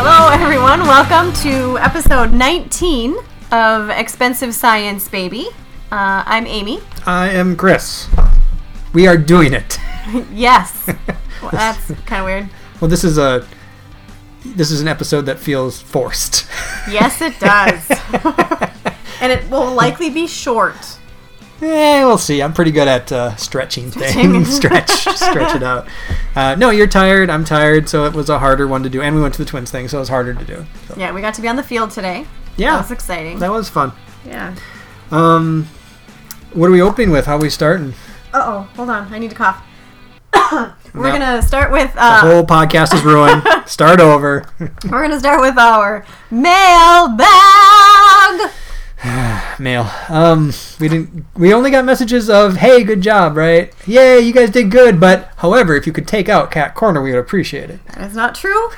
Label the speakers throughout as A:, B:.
A: Hello, everyone. Welcome to episode 19 of Expensive Science Baby. Uh, I'm Amy.
B: I am Chris. We are doing it.
A: Yes. Well, that's kind of weird.
B: Well, this is a this is an episode that feels forced.
A: Yes, it does. and it will likely be short.
B: Eh, we'll see. I'm pretty good at uh, stretching things. stretch, stretch it out. Uh, no, you're tired. I'm tired. So it was a harder one to do, and we went to the twins thing, so it was harder to do. So,
A: Yeah, we got to be on the field today.
B: yeah,
A: That was exciting.
B: that was fun.
A: yeah.
B: Um, what are we opening with? How are we starting?
A: Uh oh, hold on. I need to cough. We're
B: No.
A: going to start with.
B: The
A: Uh,
B: whole podcast is ruined. Start over.
A: We're gonna start with our mailbag.
B: mail. Um, we didn't. We only got messages of "Hey, good job!" Right? Yay, you guys did good. But however, if you could take out Cat Corner, we would appreciate it.
A: That is not true.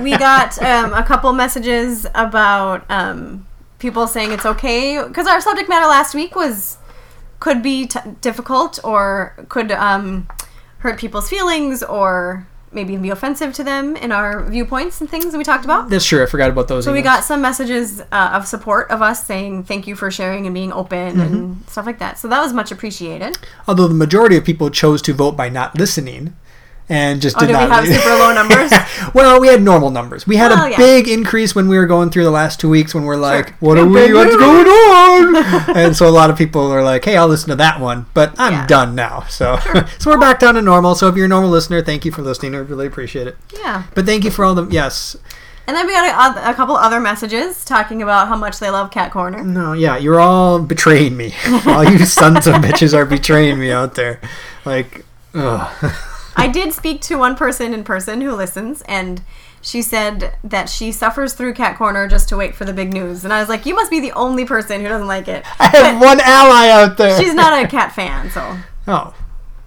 A: We got um, a couple messages about um, people saying it's okay because our subject matter last week was could be t- difficult or could um, hurt people's feelings or maybe be offensive to them in our viewpoints and things that we talked about.
B: That's true. I forgot about those.
A: So we
B: emails.
A: got some messages uh, of support of us saying thank you for sharing and being open and stuff like that. So that was much appreciated.
B: Although the majority of people chose to vote by not listening, and just
A: Oh,
B: did
A: did we
B: not.
A: have
B: read-
A: super low numbers?
B: well, we had normal numbers. We had
A: Well,
B: a
A: yeah.
B: big increase when we were going through the last two weeks when we're like, "What are
A: baby.
B: we? What's going on?" and so a lot of people are like, "Hey, I'll listen to that one," but I'm
A: Yeah.
B: done now. So, so we're back down to normal. So if you're a normal listener, thank you for listening. I really appreciate it.
A: yeah.
B: But thank you for all the yes.
A: And then we got a, a couple other messages talking about how much they love Cat Corner.
B: No, yeah, you're all betraying me. all you sons of bitches are betraying me out there. Like, ugh.
A: I did speak to one person in person who listens, and she said that she suffers through Cat Corner just to wait for the big news. And I was like, you must be the only person who doesn't like it.
B: I have one ally out there.
A: She's not a cat fan, so.
B: Oh,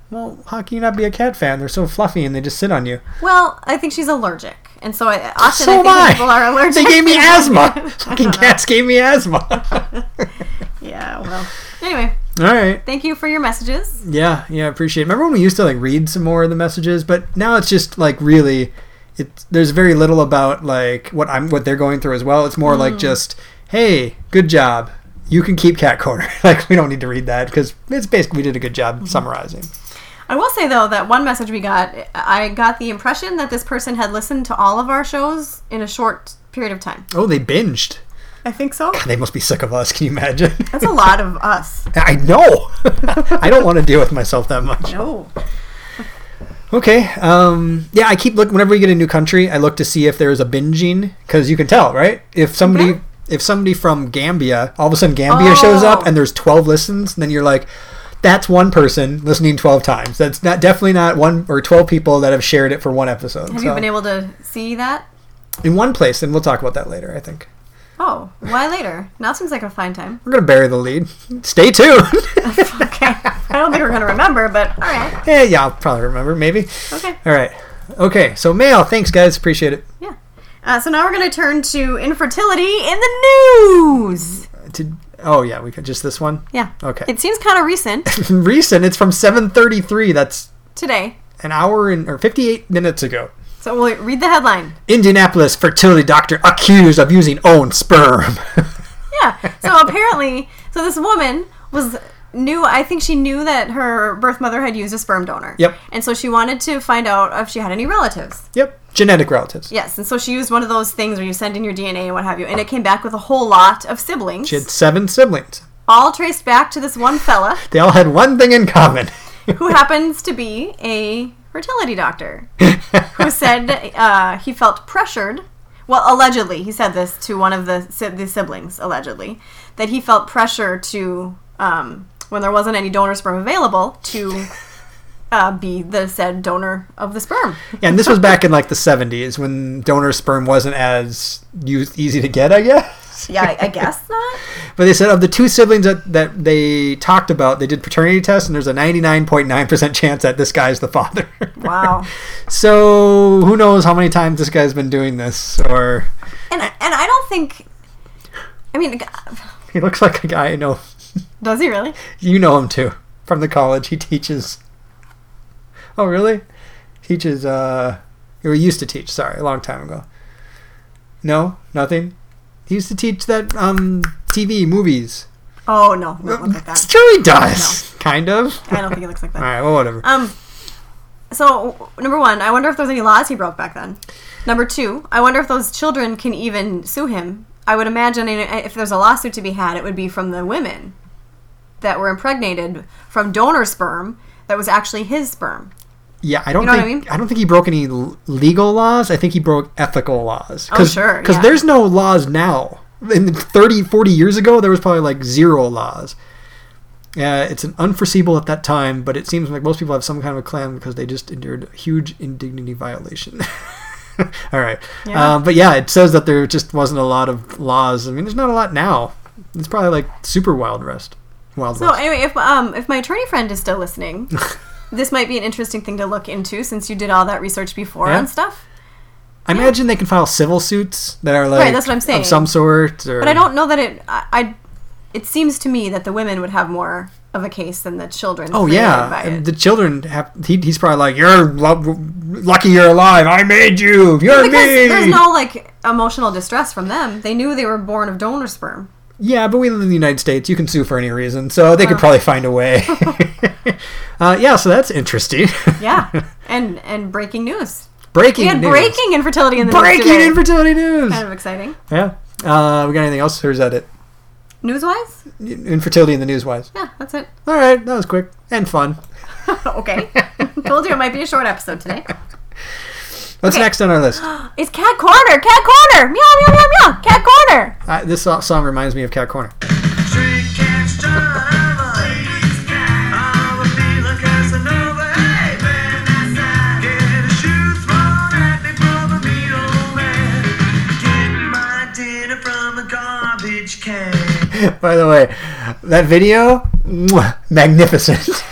B: well, how can you not be a cat fan? They're so fluffy and they just sit on you.
A: Well, I think she's allergic. And so I, often
B: So
A: I think when
B: am I.
A: people are allergic.
B: They gave me asthma. Fucking cats gave me asthma.
A: Yeah, well. Anyway,
B: all right.
A: thank you for your messages.
B: Yeah, yeah, I appreciate. it. Remember when we used to like read some more of the messages, but now it's just like really, it there's very little about like what I'm what they're going through as well. It's more like just, hey, good job. You can keep cat corner. like we don't need to read that because it's basically we did a good job summarizing.
A: I will say though that one message we got, I got the impression that this person had listened to all of our shows in a short period of time.
B: Oh, they binged.
A: I think so.
B: They must be sick of us. Can you imagine?
A: That's a lot of us.
B: I know. I don't want to deal with myself that much.
A: No.
B: Okay. Um, yeah, I keep look whenever we get a new country. I look to see if there is a binging because you can tell, right? If somebody
A: Mhm.
B: if somebody from Gambia all of a sudden Gambia shows
A: Oh.
B: up and there's twelve listens, then you're like, that's one person listening twelve times. That's not definitely not one or twelve people that have shared it for one episode.
A: Have you
B: So-
A: been able to see that?
B: in one place, and we'll talk about that later. I think
A: Oh, why later? Now seems like a fine time.
B: we're gonna bury the lead. Stay tuned.
A: Okay. I don't think we're gonna remember, but all right.
B: Eh, yeah, I'll probably remember. Maybe.
A: Okay.
B: All right. Okay. So mail. Thanks, guys. Appreciate it.
A: Yeah. Uh, so now we're gonna turn to infertility in the news.
B: Did, oh yeah, we could just this one.
A: Yeah.
B: Okay.
A: It seems kind of recent
B: recent. It's from 7:33. That's
A: today.
B: an hour and or 58 minutes ago.
A: So we'll read the headline.
B: Indianapolis fertility doctor accused of using own sperm.
A: Yeah. So apparently, so this woman was knew I think she knew that her birth mother had used a sperm donor.
B: Yep.
A: And so she wanted to find out if she had any relatives.
B: yep, genetic relatives.
A: Yes, and so she used one of those things where you send in your DNA and what have you, and it came back with a whole lot of siblings,
B: She had seven siblings.
A: all traced back to this one fella
B: They all had one thing in common.
A: who happens to be a fertility doctor, who said uh, he felt pressured. Well, allegedly, he said this to one of the si- the siblings. Allegedly, that he felt pressure to um, when there wasn't any donor sperm available to uh, be the said donor of the sperm.
B: Yeah, and this was back in like the 70s when donor sperm wasn't as used, easy to get, I guess.
A: Yeah, I, I guess not.
B: But they said of the two siblings that, that they talked about, they did paternity tests, and there's a 99.9% chance that this guy's the father.
A: Wow.
B: So who knows how many times this guy's been doing this, or
A: And and I don't think. I mean, g-
B: he looks like a guy I know.
A: does he really?
B: You know him too from the college. He teaches. Oh really? Teaches. uh Or he used to teach. Sorry, a long time ago. No, nothing. He used to teach that um TV movies.
A: Oh no, no, look like that.
B: Sure he does. Kind of.
A: I don't think it looks like
B: All
A: that.
B: right. Well, whatever.
A: Um. So number one, I wonder if there's any laws he broke back then. Number two, I wonder if those children can even sue him. I would imagine i- if there's a lawsuit to be had, it would be from the women that were impregnated from donor sperm that was actually his sperm.
B: Yeah, I don't
A: You know what
B: think
A: I
B: I, don't think he broke any l- legal laws. I think he broke ethical laws.
A: Oh, sure,
B: Because
A: yeah.
B: there's no laws now. In 30, 40 years ago, there was probably like zero laws. Uh, it's an unforeseeable at that time, but it seems like most people have some kind of a claim because they just endured a huge indignity violation. All right.
A: Yeah.
B: Uh, but yeah, it says that there just wasn't a lot of laws. I mean, there's not a lot now. It's probably like super wild west. Wild
A: So
B: west.
A: anyway, if um if my attorney friend is still listening, this might be an interesting thing to look into since you did all that research before
B: Yeah.
A: on stuff.
B: I imagine they can file civil suits that are like
A: that's what I'm saying.
B: of some sort. Or,
A: But I don't know that it. I, I it seems to me that the women would have more of a case than the children.
B: Oh
A: created
B: yeah,
A: by it.
B: and the children have. He, he's probably like, "You're lo- lucky you're alive. I made you. You're
A: because
B: me."
A: there's no like emotional distress from them. They knew they were born of donor sperm.
B: yeah, but we live in the United States. You can sue for any reason, so they could
A: Uh-huh.
B: probably find a way. uh, yeah, so that's interesting.
A: Yeah, and and breaking news. We
B: breaking
A: had
B: news.
A: breaking infertility Uh-huh. in the news
B: breaking
A: today.
B: infertility news.
A: Kind of exciting.
B: Yeah. Uh, we got anything else, or is that it?
A: News wise,
B: Infertility in the news wise.
A: yeah, that's it.
B: All right, that was quick and fun.
A: okay, told you it might be a short episode today.
B: What's
A: Okay.
B: next on our list?
A: It's cat corner, cat corner, meow meow meow meow, cat corner.
B: Uh, this so- song reminds me of Cat Corner.
C: Street cats turn ugly. I'm a feeling Casanova. Hey, man, get a shoe thrown at me from a mean old man. Get my dinner from a garbage can.
B: By the way, that video, mwah, magnificent.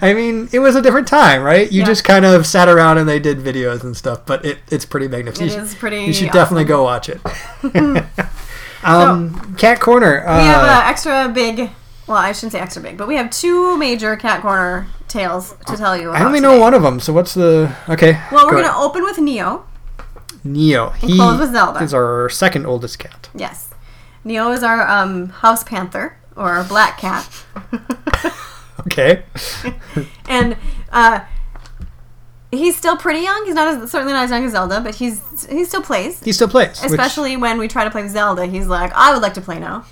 B: I mean, it was a different time, right? You
A: Yeah.
B: just kind of sat around and they did videos and stuff, but it, it's pretty magnificent.
A: It
B: You
A: is
B: should-
A: pretty
B: You should definitely go watch it. um, Cat Corner. Uh,
A: We have an extra big. Well, I shouldn't say extra big, but we have two major cat corner tales to tell you. About
B: I only
A: today.
B: know one of them, so what's the okay?
A: Well, we're
B: go
A: gonna
B: ahead.
A: open with Neo.
B: Neo. He
A: close with Zelda.
B: is our second oldest cat.
A: Yes. Neo is our um, house panther or black cat.
B: Okay.
A: and uh, he's still pretty young. He's not as, certainly not as young as Zelda, but he's he still plays.
B: He still plays. which-
A: Especially when we try to play with Zelda, he's like, I would like to play now.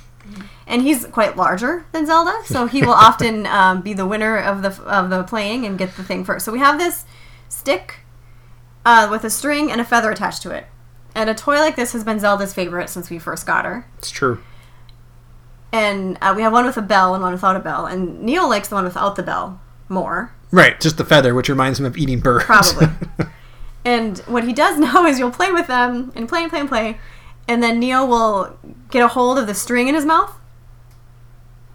A: And he's quite larger than Zelda, so he will often um, be the winner of the of the playing and get the thing first. So we have this stick uh, with a string and a feather attached to it. And a toy like this has been Zelda's favorite since we first got her.
B: it's true.
A: and uh, we have one with a bell and one without a bell. And Neil likes the one without the bell more,
B: Right, just the feather, which reminds him of eating birds.
A: probably. and what he does now is you'll play with them and play and play and play, and then Neil will get a hold of the string in his mouth,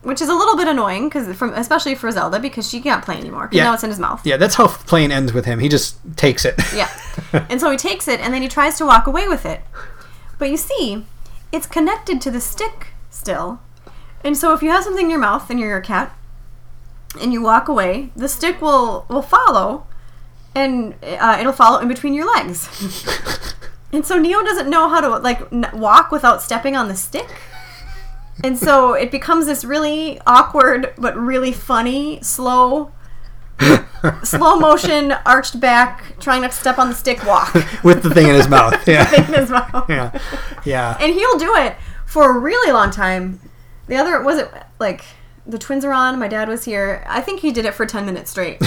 A: which is a little bit annoying because from especially for Zelda because she can't play anymore. 'cause
B: Yeah.
A: now it's in his mouth.
B: yeah, that's how playing ends with him. He just takes it.
A: Yeah. And so he takes it and then he tries to walk away with it. But you see, it's connected to the stick still. And so if you have something in your mouth and you're a cat and you walk away, the stick will will follow and uh, it'll follow in between your legs. And so Neo doesn't know how to like n- walk without stepping on the stick. And so it becomes this really awkward but really funny slow slow motion arched back trying not to step on the stick walk.
B: with the thing in his mouth.
A: in
B: Yeah.
A: his mouth.
B: yeah. Yeah.
A: And he'll do it for a really long time. The other was it like the twins are on, my dad was here. I think he did it for 10 minutes straight.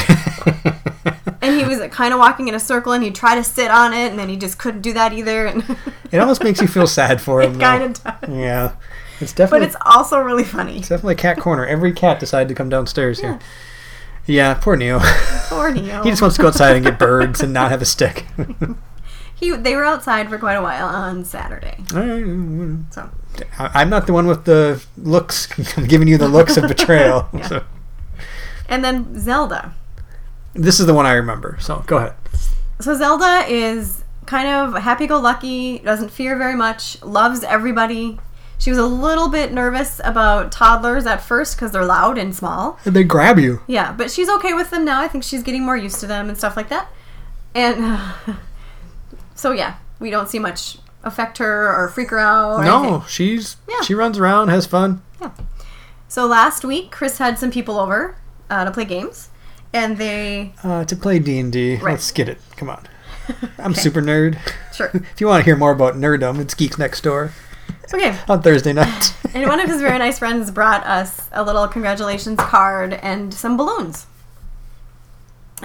A: and he was kind of walking in a circle and he'd try to sit on it and then he just couldn't do that either and
B: It almost makes you feel sad for him. though.
A: kind of does.
B: Yeah. It's
A: But
B: definitely
A: it's also really funny.
B: definitely cat corner. Every cat decided to come downstairs here. Yeah, poor Neo. he
A: Poor Neo.
B: just wants to go outside and get birds and not have a stick.
A: He- they were outside for quite a while on Saturday.
B: I-
A: So
B: I'm not the one with the looks. I'm giving you the looks of betrayal. So
A: and then Zelda.
B: this is the one I remember. So go ahead.
A: So Zelda is kind of happy-go-lucky, doesn't fear very much, loves everybody. She was a little bit nervous about toddlers at first because they're loud and small.
B: They grab you.
A: Yeah, but she's okay with them now. I think she's getting more used to them and stuff like that. And so yeah, we don't see much affect her or freak her out. or anything.
B: No, she's
A: Yeah.
B: she runs around, has fun.
A: So last week, Chris had some people over uh, to play games, and they
B: Uh, to play D and D,
A: Right.
B: let's get it. Come on, I'm super nerd.
A: sure
B: If you want to hear more about nerdum, it's Geeks Next Door
A: okay.
B: on Thursday night.
A: And one of his very nice friends brought us a little congratulations card and some balloons.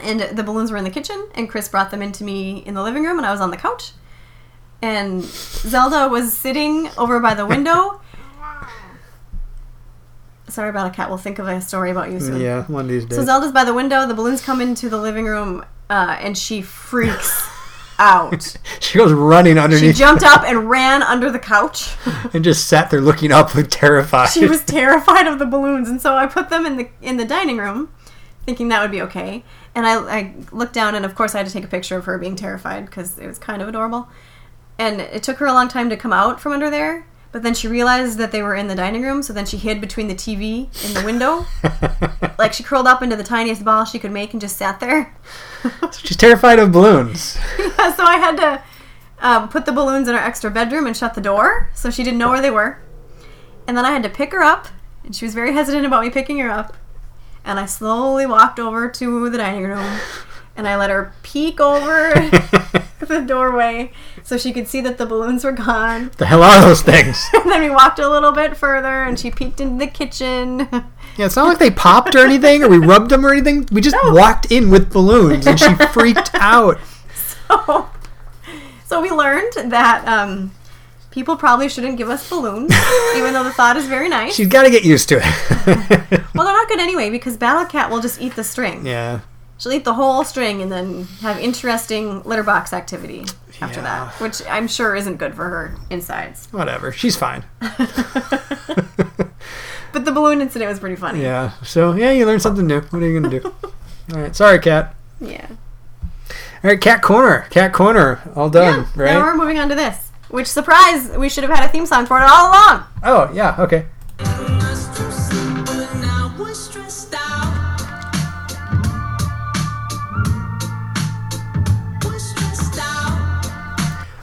A: And the balloons were in the kitchen, and Chris brought them into me in the living room, and I was on the couch. And Zelda was sitting over by the window. Sorry about a cat. We'll think of a story about you soon.
B: yeah, one of these days.
A: So Zelda's by the window. The balloons come into the living room, uh, and she freaks out.
B: she goes running
A: She
B: underneath
A: jumped up and ran under the couch.
B: and just sat there looking up, terrified.
A: she was terrified of the balloons, and so I put them in the in the dining room, thinking that would be okay. And I, I looked down, and of course, I had to take a picture of her being terrified because it was kind of adorable. And it took her a long time to come out from under there, but then she realized that they were in the dining room, so then she hid between the TV and the window. like she curled up into the tiniest ball she could make and just sat there.
B: She's terrified of balloons.
A: so I had to um, put the balloons in our extra bedroom and shut the door so she didn't know where they were. And then I had to pick her up, and she was very hesitant about me picking her up. And I slowly walked over to the dining room, and I let her peek over the doorway so she could see that the balloons were gone.
B: the hell are those things?
A: And then we walked a little bit further, and she peeked into the kitchen.
B: Yeah, it's not like they popped or anything, or we rubbed them or anything. We just walked in with balloons, and she freaked out.
A: so, so we learned that um, people probably shouldn't give us balloons, even though the thought is very nice.
B: She's got to get used to it.
A: Well, they're not good anyway because Battle Cat will just eat the string.
B: yeah,
A: She'll eat the whole string and then have interesting litter box activity after
B: Yeah.
A: that, which I'm sure isn't good for her insides.
B: whatever. She's fine.
A: But the balloon incident was pretty funny.
B: Yeah. So yeah, you learn something new. What are you gonna do? All right. Sorry, cat.
A: Yeah.
B: All right, cat corner. Cat corner. All done.
A: Yeah,
B: right.
A: Now we're moving on to this. Which surprise! We should have had a theme song for it all along.
B: Oh yeah. Okay.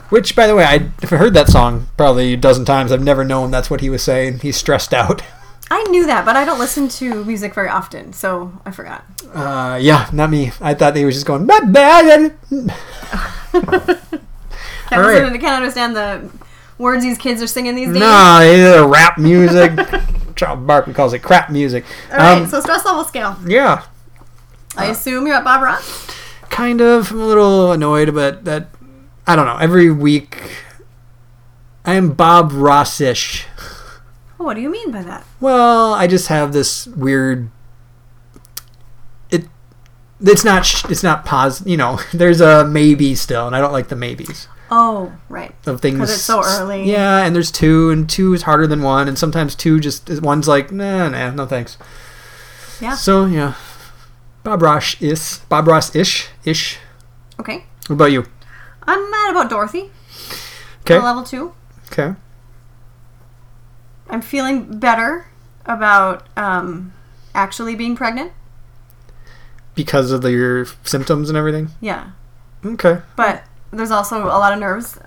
B: Which, by the way, I have heard that song probably a dozen times. I've never known that's what he was saying. He's stressed out.
A: I knew that, but I don't listen to music very often, so I forgot.
B: Uh, yeah, not me. I thought they was just going. "Not bad."
A: I,
B: All right.
A: I can't understand the words these kids are singing these days.
B: No, it's rap music. Charles Barkley calls it crap music.
A: All right,
B: Um, uh,
A: so stress level scale.
B: yeah,
A: I assume you're at Bob Ross.
B: kind of. I'm a little annoyed, but that I don't know. Every week, I am Bob Rossish.
A: Oh, What do you mean by that?
B: Well, I just have this weird. It, it's not. sh- It's not positive. You know, there's a maybe still, and I don't like the maybes.
A: Oh, right.
B: of things
A: 'Cause it's so early.
B: Yeah, and there's two, and two is harder than one, and sometimes two just is- one's like nah, nah, no thanks.
A: Yeah.
B: So yeah, Bob Ross is Bob Ross ish ish.
A: Okay.
B: What about you?
A: I'm mad about Dorothy.
B: Okay.
A: on Level two.
B: Okay.
A: I'm feeling better about um, actually being pregnant.
B: Because of the, your symptoms and everything.
A: Yeah.
B: Okay.
A: But there's also a lot of nerves.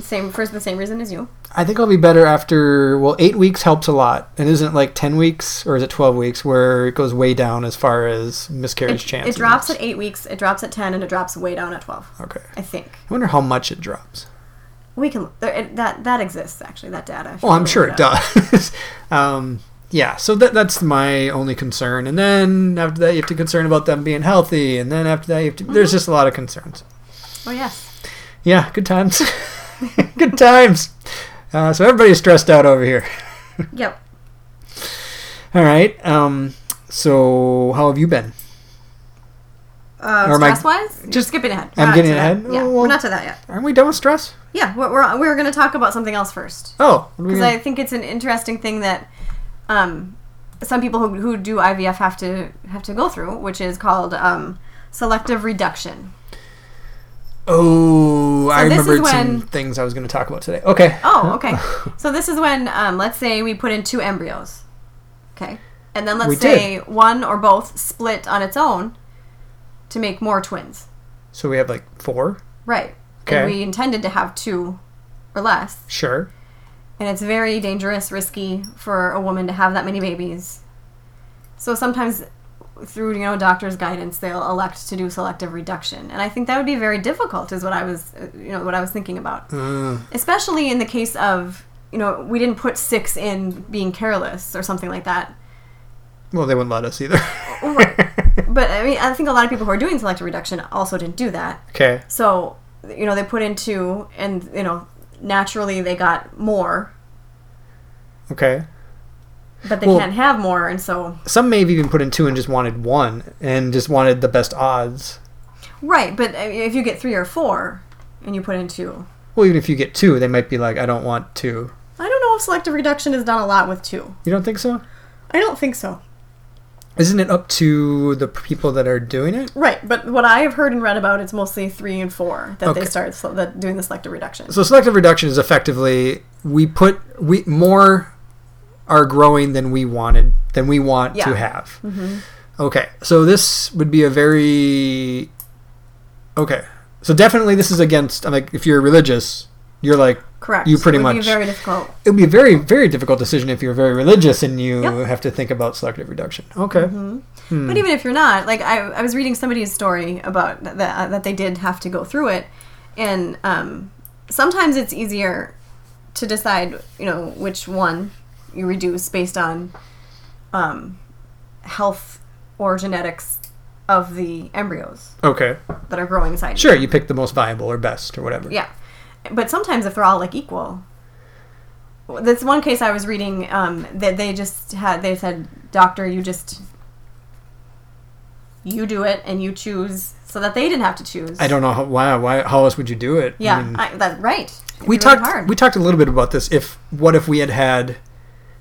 A: Same for the same reason as you.
B: I think I'll be better after. Well, eight weeks helps a lot, and isn't it like ten weeks or is it twelve weeks where it goes way down as far as miscarriage
A: It,
B: chances?
A: it drops at eight weeks. It drops at ten, and it drops way down at twelve.
B: Okay.
A: I think
B: I wonder how much it drops.
A: we can. there- It, that that exists actually. That data.
B: Well, Oh, I'm sure it
A: up.
B: does. um, yeah, so that that's my only concern. And then after that, you have to concern about them being healthy. And then after that, you have to,
A: Mm-hmm.
B: there's just a lot of concerns.
A: Oh yes.
B: Yeah, good times. good times. Uh, so everybody's stressed out over here.
A: Yep.
B: All right. Um, so how have you been?
A: Uh,
B: Or am I-
A: stress wise, just skipping ahead. We're
B: I'm
A: not
B: getting
A: to that.
B: ahead?
A: Yeah,
B: Oh, well-
A: we're not to that yet.
B: Aren't we done with stress?
A: Yeah, we're we're, we're going to talk about something else first.
B: Oh, what are we
A: because
B: gonna-
A: I think it's an interesting thing that um, some people who, who do IVF have to have to go through, which is called um, selective reduction.
B: oh, I
A: this is
B: remembered
A: when-
B: some things I was going to talk about today. Okay.
A: Oh, okay. so this is when, um, let's say, we put in two embryos, okay, and then let's
B: We did.
A: say one or both split on its own to make more twins,
B: So we have like four.
A: right?
B: Okay.
A: And we intended to have two or less.
B: Sure.
A: And it's very dangerous, risky for a woman to have that many babies. So sometimes through, you know, doctor's guidance, they'll elect to do selective reduction. And I think that would be very difficult is what I was, uh, you know, what I was thinking about.
B: Uh,
A: Especially in the case of, you know, we didn't put 6 in being careless or something like that.
B: well, they wouldn't let us either.
A: Oh, But I mean, I think a lot of people who are doing selective reduction also didn't do that.
B: okay.
A: So, you know, they put in two, and, you know, naturally they got more,
B: Okay.
A: but they
B: Well-
A: can't have more, and so.
B: Some may have even put in two and just wanted one and just wanted the best odds.
A: Right, but I mean, if you get three or four and you put in two.
B: Well, even if you get two, they might be like, I don't want two.
A: I don't know if selective reduction is done a lot with two.
B: You don't think so?
A: I don't think so.
B: Isn't it up to the people that are doing it?
A: Right, but what I have heard and read about, it's mostly three and four that
B: Okay.
A: they start sl- that doing the selective reduction.
B: So selective reduction is effectively we put we more are growing than we wanted than we want
A: Yeah. Mm-hmm.
B: to have. Okay, so this would be a very okay. So definitely, this is against. I'm like, if you're religious, you're like
A: Correct.
B: You pretty
A: it would
B: much-
A: Be very difficult.
B: it would be a very very difficult decision if you're very religious and you
A: Yep.
B: have to think about selective reduction. Okay,
A: Mm-hmm. But even if you're not, like I, I was reading somebody's story about that uh, that they did have to go through it, and um, sometimes it's easier to decide, you know, which one you reduce based on um, health or genetics of the embryos
B: okay,
A: that are growing inside. you.
B: sure. You pick the most viable or best or whatever.
A: Yeah, but sometimes if they're all like equal, that's one case I was reading um, that they just had. They said, "Doctor, you just you do it and you choose," so that they didn't have to choose.
B: I don't know how, why why how else would you do it? I
A: Yeah,
B: mean-
A: I, that right. It'd
B: we
A: be really
B: talked we talked a little bit about this if what if we had had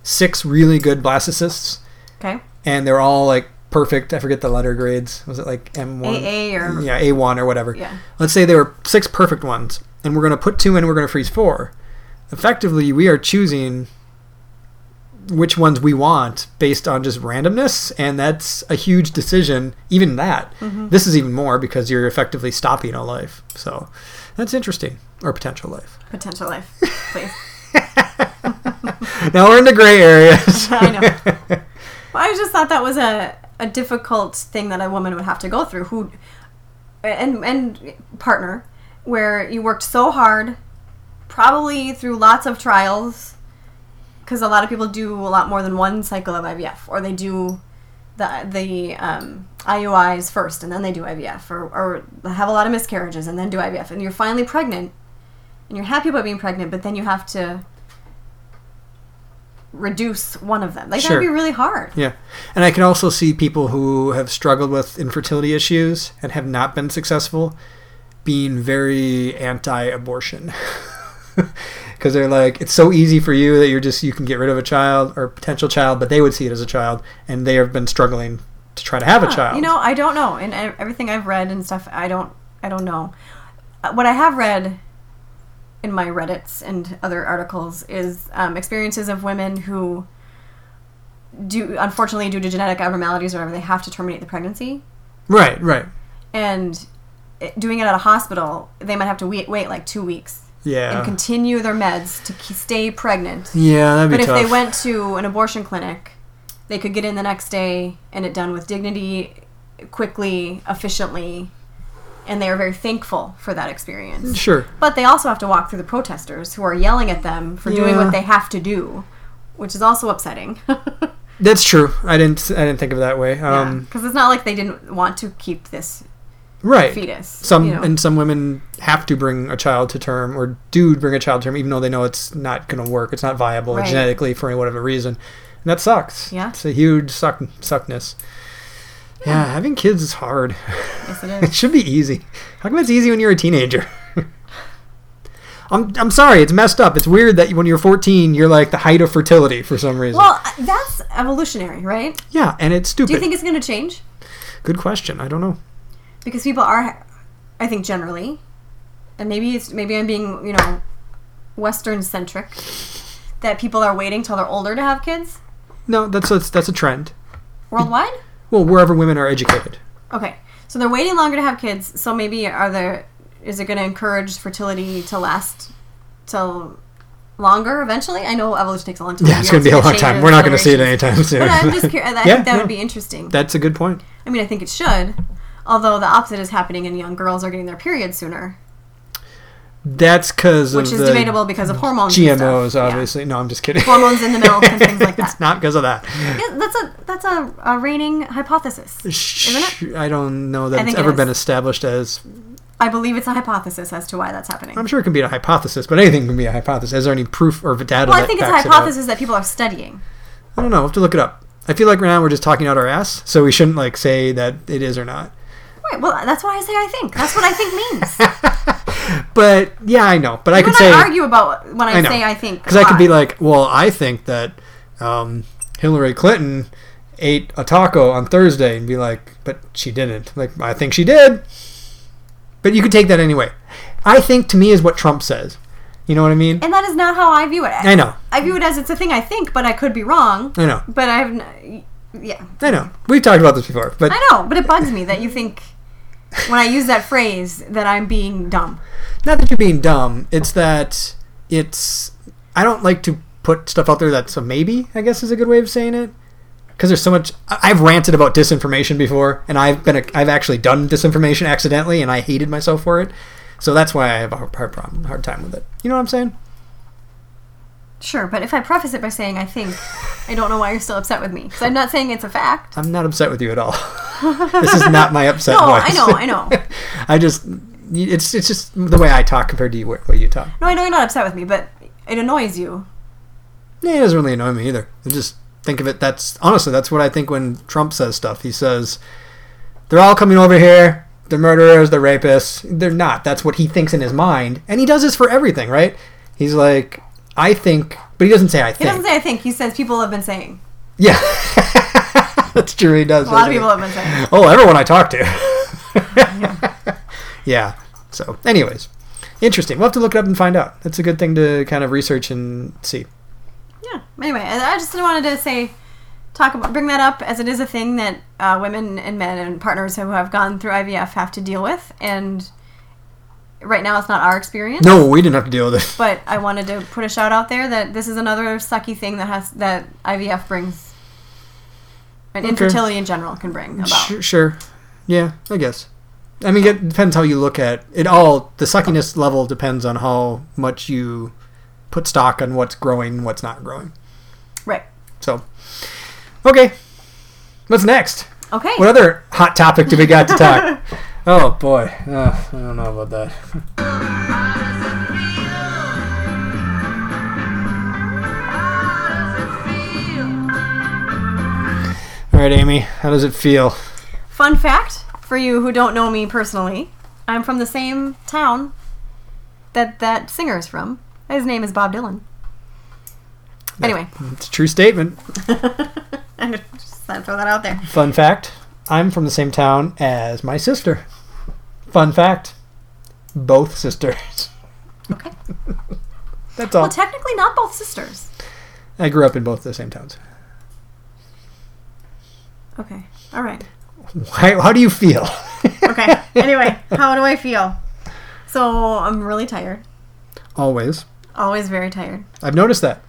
B: six really good blastocysts
A: okay.
B: and they're all like perfect i forget the letter grades was it like m1
A: AA or-
B: yeah a1 or whatever
A: Yeah.
B: let's say there were six perfect ones and we're going to put two in and we're going to freeze four effectively we are choosing which ones we want based on just randomness and that's a huge decision even that
A: Mm-hmm.
B: this is even more because you're effectively stopping a life so that's interesting or potential life
A: Potential life, please.
B: now we're in the gray areas.
A: I know. well, I just thought that was a, a difficult thing that a woman would have to go through who and and partner where you worked so hard probably through lots of trials cuz a lot of people do a lot more than one cycle of IVF or they do the the um, IUIs first and then they do IVF or, or have a lot of miscarriages and then do IVF and you're finally pregnant and you're happy about being pregnant but then you have to reduce one of them like
B: Sure.
A: that'd be really hard
B: yeah. And I can also see people who have struggled with infertility issues and have not been successful being very anti abortion. Because they're like, it's so easy for you that you're just, you can get rid of a child or potential child, but they would see it as a child and they have been struggling to try to have a
A: Huh,
B: child.
A: You know, I don't know. And ev- everything I've read and stuff, I don't, I don't know. Uh, What I have read in my Reddit's and other articles is um, experiences of women who do, unfortunately, due to genetic abnormalities or whatever, they have to terminate the pregnancy.
B: right, right.
A: And it- doing it at a hospital, they might have to wait, wait like two weeks
B: Yeah.
A: and continue their meds to k- stay pregnant.
B: yeah, that'd be
A: But if
B: tough.
A: they went to an abortion clinic, they could get in the next day and it done with dignity, quickly, efficiently, and they are very thankful for that experience.
B: sure.
A: But they also have to walk through the protesters who are yelling at them for doing
B: Yeah.
A: what they have to do, which is also upsetting. Because
B: That's true. I didn't, I didn't think of it that way. Um,
A: it's not like they didn't want to keep this
B: Right.
A: fetus.
B: some
A: you know.
B: and some women have to bring a child to term or do bring a child to term even though they know it's not going to work it's not viable
A: Right.
B: genetically for whatever reason and that sucks
A: Yeah.
B: it's a huge suck suckness yeah, having kids is hard
A: Yes, it
B: it
A: is.
B: should be easy how come it's easy when you're a teenager I'm, I'm sorry it's messed up it's weird that when you're 14 you're like the height of fertility for some reason
A: Well, I- that's evolutionary, right?
B: yeah and it's stupid
A: Do you think it's going to change?
B: good question i don't know
A: because people are i think generally and maybe it's maybe i'm being you know western centric that people are waiting till they're older to have kids
B: no that's that's, that's a trend
A: worldwide
B: well wherever women are educated
A: okay so they're waiting longer to have kids so maybe are there is it going to encourage fertility to last till longer eventually. I know evolution takes a long time.
B: Yeah, it's going to be a long time. We're not going to see it anytime soon.
A: But I'm just curious. I
B: Yeah,
A: think that
B: no.
A: would be interesting.
B: That's a good point.
A: I mean, I think it should. Although the opposite is happening, and young girls are getting their periods sooner,
B: That's because
A: which
B: of
A: is
B: the
A: debatable because of hormones. and
B: GMOs,
A: stuff. Yeah.
B: obviously. No, I'm just kidding.
A: Hormones in the milk and things like
B: it's
A: that.
B: not because of that.
A: Yeah, that's a that's a, a reigning hypothesis.
B: Sh- I don't know that
A: I
B: it's
A: think it
B: ever been
A: is.
B: established as.
A: I believe it's a hypothesis as to why that's happening.
B: I'm sure it can be a hypothesis, but anything can be a hypothesis. Is there any proof or data?
A: Well, I
B: that
A: think it's a
B: backs it up?
A: hypothesis that people are studying.
B: I don't know. We'll have to look it up. I feel like right now we're just talking out our ass, so we shouldn't like say that it is or not.
A: Right. Well, that's why I say I think. That's what I think means.
B: But yeah, I know. But I
A: you
B: could
A: and
B: say
A: I argue about when I,
B: know.
A: say I think.
B: because I could be
A: why.
B: like, well, I think that um, Hillary Clinton ate a taco on Thursday, and be like, but she didn't. Like, I think she did. But you could take that anyway. I think to me is what Trump says. You know what I mean?
A: and that is not how I view it.
B: I know.
A: I view it as it's a thing I think, but I could be wrong.
B: I know.
A: But I have, n- yeah,
B: I know. We've talked about this before, but
A: I know. But it bugs me that you think when I use that phrase that I'm being dumb.
B: not that you're being dumb. It's that it's. I don't like to put stuff out there that's a maybe. I guess is a good way of saying it. Because there's so much. I- I've ranted about disinformation before, and I've been. A, I've actually done disinformation accidentally, and I hated myself for it. So that's why I have a hard, hard problem, hard time with it. You know what I'm saying?
A: Sure, but if I preface it by saying I think, I don't know why you're still upset with me. So I'm not saying it's a fact.
B: I'm not upset with you at all. this is not my upset
A: No,
B: voice.
A: I know, I know.
B: I just. It's it's just the way I talk compared to you, the way you talk.
A: No, I know you're not upset with me, but it annoys you.
B: Yeah, it doesn't really annoy me either. I just think of it. That's honestly, that's what I think when Trump says stuff. He says, "They're all coming over here. They're murderers. They're rapists. They're not." That's what he thinks in his mind, and he does this for everything, right? He's like, "I think," but he doesn't say, "I
A: He
B: think."
A: doesn't say I think. He says people have been saying.
B: yeah, that's true. He does.
A: A lot of
B: doesn't he?
A: people have been saying.
B: Oh, everyone I talk to. yeah. So, anyways, interesting. We'll have to look it up and find out. That's a good thing to kind of research and see.
A: Yeah. Anyway, I I just wanted to say, talk about, bring that up as it is a thing that uh, women and men and partners who have gone through IVF have to deal with, and right now it's not our experience.
B: No, we didn't have to deal with it.
A: But I wanted to put a shout out there that this is another sucky thing that has that IVF brings, and
B: Okay.
A: infertility in general can bring about.
B: Sure, sure. Yeah, I guess. I mean, it depends how you look at it. All the suckiness level depends on how much you put stock on what's growing, and what's not growing.
A: Right.
B: So, okay, what's next?
A: Okay.
B: What other hot topic do we got to talk? oh boy, uh, I don't know about that. All right, Amy, how does it feel?
A: Fun fact for you who don't know me personally, I'm from the same town that that singer is from. His name is Bob Dylan. Anyway,
B: It's a true statement.
A: I'm gonna just throw that out there.
B: Fun fact I'm from the same town as my sister. Fun fact both sisters.
A: Okay.
B: That's all.
A: Well, technically, not both sisters.
B: I grew up in both the same towns.
A: Okay. All right.
B: Why, how do you feel?
A: Okay. anyway, how do I feel? So I'm really tired.
B: Always.
A: Always very tired.
B: I've noticed that.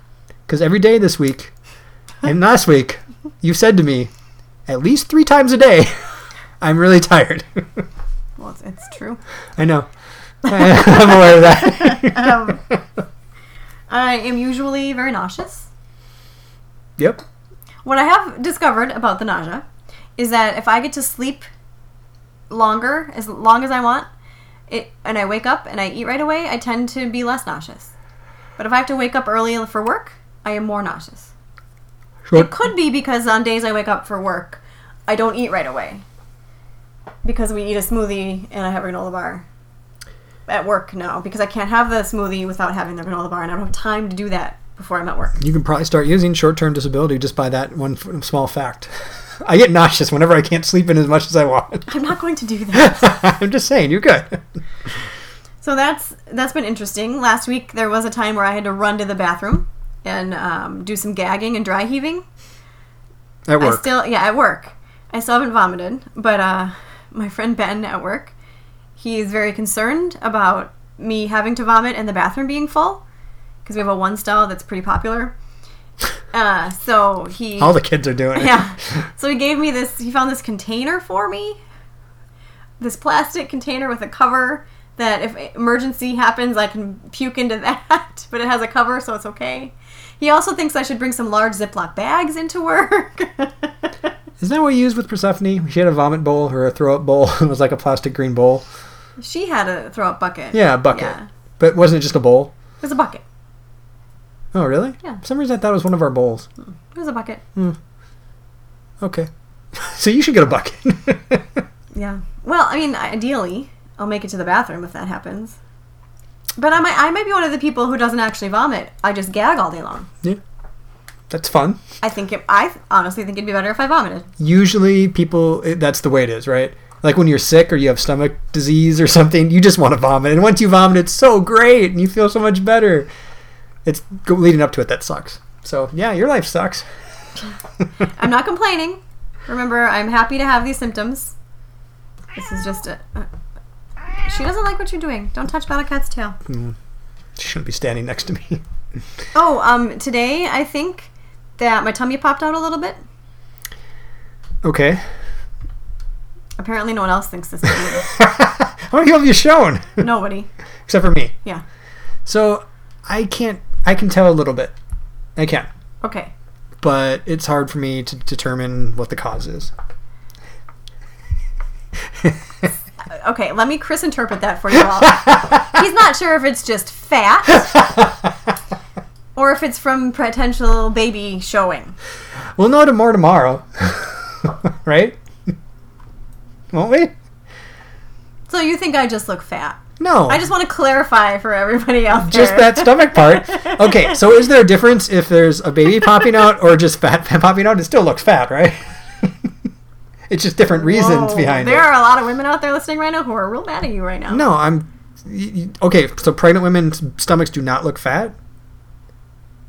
B: Because every day this week and last week, you said to me at least three times a day, I'm really tired.
A: Well, it's, it's true.
B: I know. I'm aware of that.
A: Um, I am usually very nauseous.
B: yep.
A: What I have discovered about the nausea is that if I get to sleep longer, as long as I want, it, and I wake up and I eat right away, I tend to be less nauseous. But if I have to wake up early for work, I am more nauseous.
B: Short,
A: It could be because on days I wake up for work, I don't eat right away because we eat a smoothie and I have a granola bar at work now because I can't have the smoothie without having the granola bar and I don't have time to do that before I'm at work.
B: You can probably start using short term disability just by that one f- small fact. I get nauseous whenever I can't sleep in as much as I want.
A: I'm not going to do that.
B: I'm just saying, you're good.
A: so that's that's been interesting. Last week there was a time where I had to run to the bathroom and um, do some gagging and dry heaving.
B: At work.
A: I still, yeah, at work. I still haven't vomited, but uh, my friend Ben at work, he is very concerned about me having to vomit and the bathroom being full because we have a one stall that's pretty popular. Uh, so he
B: All the kids are doing it.
A: yeah. So he gave me this. He found this container for me. This plastic container with a cover that, if emergency happens, I can puke into that. But it has a cover, so it's okay. He also thinks I should bring some large Ziploc bags into work.
B: Isn't that what you used with Persephone? She had a vomit bowl or a throw up bowl. it was like a plastic green bowl.
A: she had a throw up bucket.
B: Yeah, a bucket.
A: Yeah.
B: But wasn't it just a bowl?
A: It was a bucket.
B: Oh, really?
A: Yeah.
B: For some reason, I thought it was one of our bowls.
A: It was a bucket.
B: Okay. so you should get a bucket.
A: Yeah. Well, I mean, ideally, I'll make it to the bathroom if that happens. But I might, I might be one of the people who doesn't actually vomit. I just gag all day long.
B: yeah. That's fun.
A: I think it, I honestly think it'd be better if I vomited.
B: Usually, people, it, that's the way it is, right? Like when you're sick or you have stomach disease or something, you just want to vomit. And once you vomit, it's so great and you feel so much better. It's go- leading up to it that sucks. So, yeah, your life sucks.
A: I'm not complaining. Remember, I'm happy to have these symptoms. This is just a. a- she doesn't like what you're doing. Don't touch Battle Cat's tail.
B: You shouldn't be standing next to me.
A: Oh, um, today I think that my tummy popped out a little bit.
B: Okay.
A: Apparently, no one else thinks this. is weird.
B: How many have you shown?
A: Nobody.
B: Except for me.
A: Yeah.
B: So, I can't, I can tell a little bit. I can.
A: Okay.
B: but it's hard for me to determine what the cause is.
A: Okay. Let me Chris interpret that for you all. He's not sure if it's just fat or if it's from potential baby showing.
B: We'll know more tomorrow, right? Won't we?
A: So you think I just look fat?
B: No,
A: I just want to clarify for everybody out there.
B: just that stomach part. Okay, so is there a difference if there's a baby popping out or just fat popping out? It still looks fat, right? it's just different reasons
A: Whoa,
B: behind
A: there
B: it.
A: are a lot of women out there listening right now who are real mad at you right now.
B: No, I'm y- y- okay. So pregnant women's stomachs do not look fat.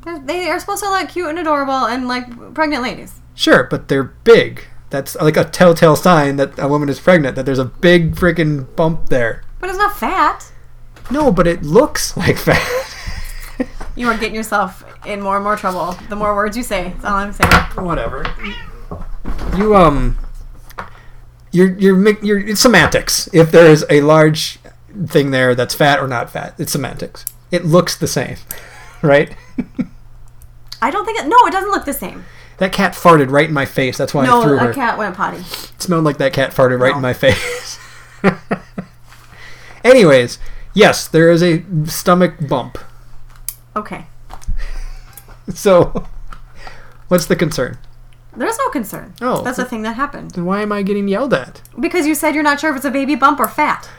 A: They're- They are supposed to look cute and adorable and like pregnant ladies.
B: Sure, but they're big. That's like a telltale sign that a woman is pregnant. That there's a big freaking bump there.
A: But it's not fat.
B: No, but it looks like fat.
A: You are getting yourself in more and more trouble the more words you say. That's all I'm saying.
B: Whatever. You um. You're you're mi- you're it's semantics. If there is a large thing there that's fat or not fat, it's semantics. It looks the same, right?
A: I don't think it. No, it doesn't look the same.
B: That cat farted right in my face. That's why I
A: No,
B: threw her.
A: a cat went potty.
B: It smelled like that cat farted right in my face. Anyways, yes, there is a stomach bump.
A: Okay.
B: So, what's the concern?
A: There's no concern.
B: Oh.
A: That's a thing that happened.
B: Then why am I getting yelled at?
A: Because you said you're not sure if it's a baby bump or fat.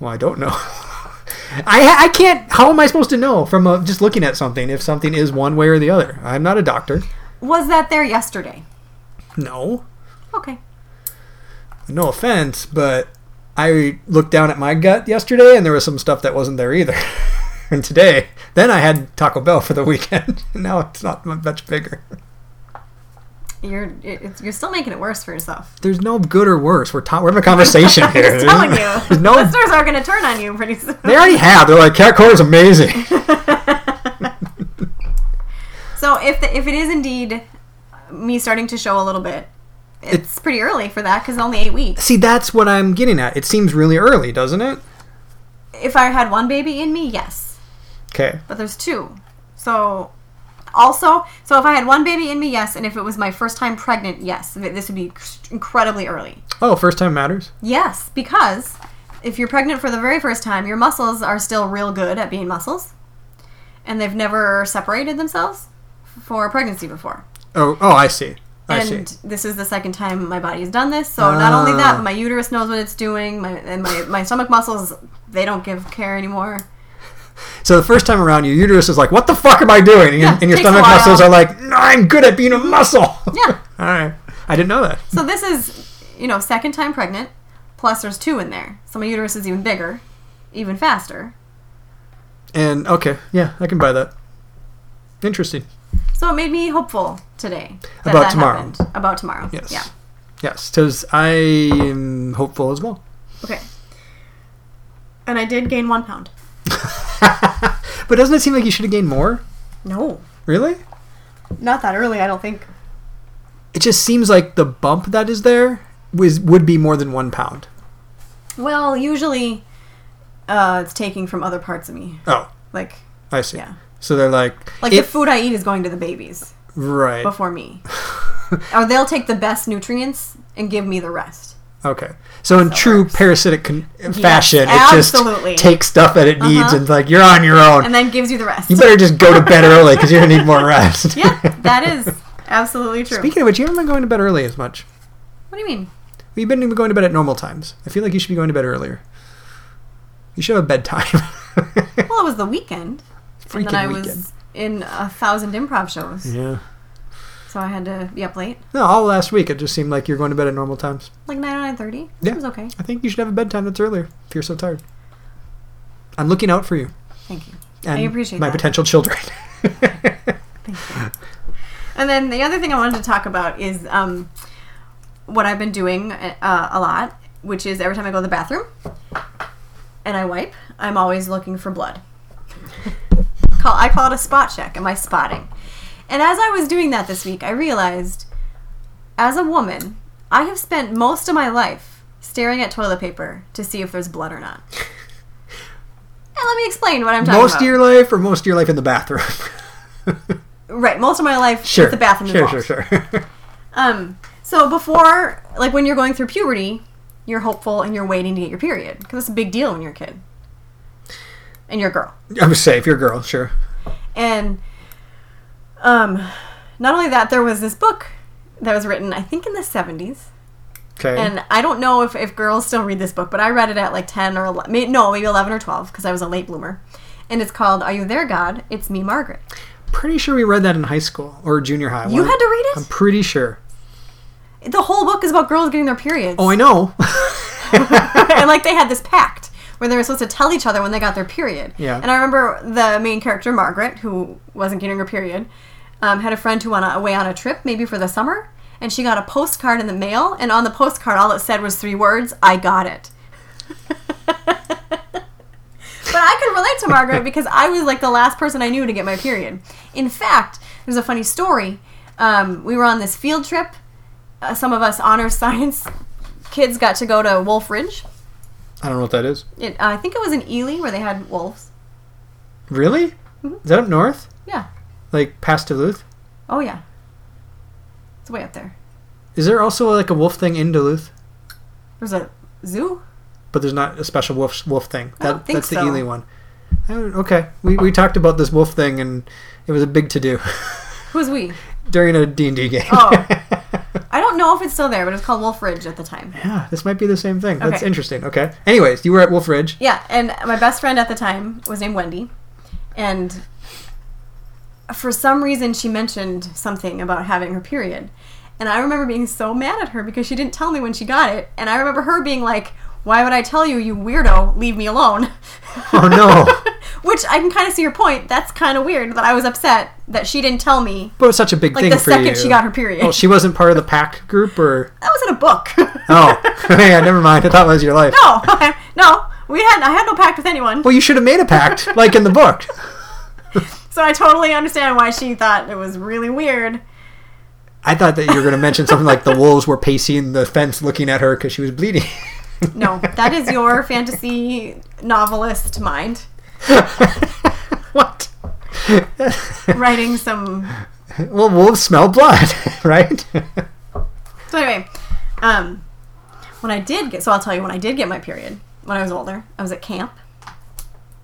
B: Well, I don't know. I I can't. How am I supposed to know from uh just looking at something if something is one way or the other? I'm not a doctor.
A: Was that there yesterday?
B: No,
A: Okay.
B: no offense, but I looked down at my gut yesterday and there was some stuff that wasn't there either. and today, then I had Taco Bell for the weekend. and now it's not much bigger.
A: You're it- it's, you're still making it worse for yourself.
B: There's no good or worse. We're ta- we're having a conversation here.
A: I'm just telling you.
B: There's no.
A: Listeners are going to turn on you pretty soon.
B: They already have. They're like cat corner's amazing.
A: So if the, if it is indeed me starting to show a little bit, it's, pretty early for that because only eight weeks.
B: See, that's what I'm getting at. It seems really early, doesn't it?
A: If I had one baby in me, yes,
B: Okay.
A: but there's two. So also, so if I had one baby in me, yes, and if it was my first time pregnant, yes, th- this would be incredibly early.
B: Oh, first time matters.
A: Yes, because if you're pregnant for the very first time, your muscles are still real good at being muscles, and they've never separated themselves for pregnancy before.
B: Oh, oh, I see. I
A: and
B: see.
A: this is the second time my body's done this. So not only
B: Ah.
A: that, but my uterus knows what it's doing. My and my, my stomach muscles they don't give care anymore.
B: So the first time around, your uterus is like, "What the fuck am I doing?" And,
A: Yeah,
B: and your
A: takes a
B: stomach
A: while. Mm-hmm.
B: muscles are like, "No, "I'm good at being a muscle."
A: Yeah.
B: All right. I didn't know that.
A: So this is you know second time pregnant. Plus there's two in there, so my uterus is even bigger, even faster.
B: And okay, yeah, I can buy that. Interesting.
A: So it made me hopeful today that
B: About
A: that
B: tomorrow.
A: happened. About tomorrow.
B: Yes.
A: Yeah.
B: Yes, because I am hopeful as well.
A: Okay. And I did gain one pound.
B: But doesn't it seem like you should have gained more?
A: No,
B: Really?
A: not that early. I don't think.
B: It just seems like the bump that is there was would be more than one pound.
A: Well, usually, uh, it's taking from other parts of me.
B: Oh,
A: Like,
B: I see.
A: Yeah.
B: So they're like,
A: like the
B: it-
A: food I eat is going to the babies
B: right?
A: before me, or they'll take the best nutrients and give me the rest.
B: Okay. So in
A: it
B: true
A: works.
B: parasitic con- fashion, it
A: absolutely.
B: just takes stuff that it needs
A: Uh-huh.
B: and like you're on your own.
A: and then gives you the rest.
B: you better just go to bed early because you're gonna need more rest.
A: yeah, that is absolutely true.
B: Speaking of which, you haven't been going to bed early as much.
A: what do you mean?
B: We've been even going to bed at normal times. I feel like you should be going to bed earlier. You should have a bedtime.
A: Well, it was the weekend, and
B: Freaking
A: then I
B: weekend.
A: was in a thousand improv shows,
B: Yeah.
A: so I had to be up late,
B: No, all last week it just seemed like you're going to bed at normal times.
A: like nine or nine thirty.
B: Yeah.
A: it was okay.
B: I think you should have a bedtime that's earlier if you're so tired. I'm looking out for you
A: Thank you.
B: and
A: appreciate
B: my
A: that.
B: potential children.
A: And then the other thing I wanted to talk about is um, what I've been doing uh, a lot, which is every time I go to the bathroom and I wipe, I'm always looking for blood. call I call it a spot check. Am I spotting? And as I was doing that this week, I realized, as a woman, I have spent most of my life staring at toilet paper to see if there's blood or not. and let me explain what I'm talking
B: most
A: about.
B: of your life or most of your life in the bathroom?
A: right, most of my life
B: sure.
A: with the bathroom
B: Sure,
A: involved.
B: sure, sure.
A: Um, so before, like when you're going through puberty, you're hopeful and you're waiting to get your period because it's a big deal when you're a kid and you're a girl.
B: I would say if you're a girl, sure.
A: And um, not only that, there was this book that was written, I think, in the 70s.
B: Okay.
A: And I don't know if, if girls still read this book, but I read it at like 10 or 11, may- no, maybe 11 or 12 because I was a late bloomer. And it's called Are You There, God? It's Me, Margaret.
B: pretty sure we read that in high school or junior high.
A: You
B: One-
A: had to read it?
B: I'm pretty sure.
A: the whole book is about girls getting their periods.
B: Oh, I know.
A: and like they had this pact where they were supposed to tell each other when they got their period.
B: Yeah.
A: And I remember the main character Margaret, who wasn't getting her period, um, had a friend who went on- away on a trip, maybe for the summer, and she got a postcard in the mail. And on the postcard, all it said was three words: "I got it." But I could relate to Margaret because I was like the last person I knew to get my period. In fact, there's a funny story. Um, we were on this field trip. Uh, some of us honor science kids got to go to Wolf Ridge.
B: I don't know what that is.
A: It, I think it was in Ely where they had wolves.
B: Really?
A: Mm-hmm.
B: Is that up north?
A: Yeah.
B: Like past Duluth?
A: Oh yeah. It's way up there.
B: Is there also like a wolf thing in Duluth?
A: There's a zoo.
B: But there's not a special wolf wolf thing.
A: I don't think
B: that's the
A: so.
B: Ely one. I don't- okay, we, we talked about this wolf thing and it was a big to do
A: Who's we?
B: during a D and D game.
A: Oh. I don't know if it's still there, but it was called Wolf Ridge at the time.
B: yeah, this might be the same thing. That's
A: Okay.
B: interesting. Okay. Anyways, you were at Wolf Ridge.
A: Yeah, and my best friend at the time was named Wendy, and for some reason she mentioned something about having her period, and I remember being so mad at her because she didn't tell me when she got it, and I remember her being like, "Why would I tell you, you weirdo? Leave me alone."
B: Oh no!
A: Which I can kind of see your point. That's kind of weird that I was upset that she didn't tell me.
B: but it was such a big
A: Like
B: thing
A: the
B: for
A: second
B: you.
A: she got her period.
B: Oh, she wasn't part of the pack group, or
A: That was in a book.
B: oh, yeah, never mind. I thought it was your life.
A: no, no, we had I had no pact with anyone,
B: Well, you should have made a pact, like in the book.
A: so I totally understand why she thought it was really weird.
B: I thought that you were going to mention something like the wolves were pacing the fence, looking at her because she was bleeding.
A: No, that is your fantasy novelist mind
B: what?
A: writing some.
B: Well, wolves smell blood, right?
A: So anyway, um, when I did get, so I'll tell you when I did get my period when I was older. I was at camp.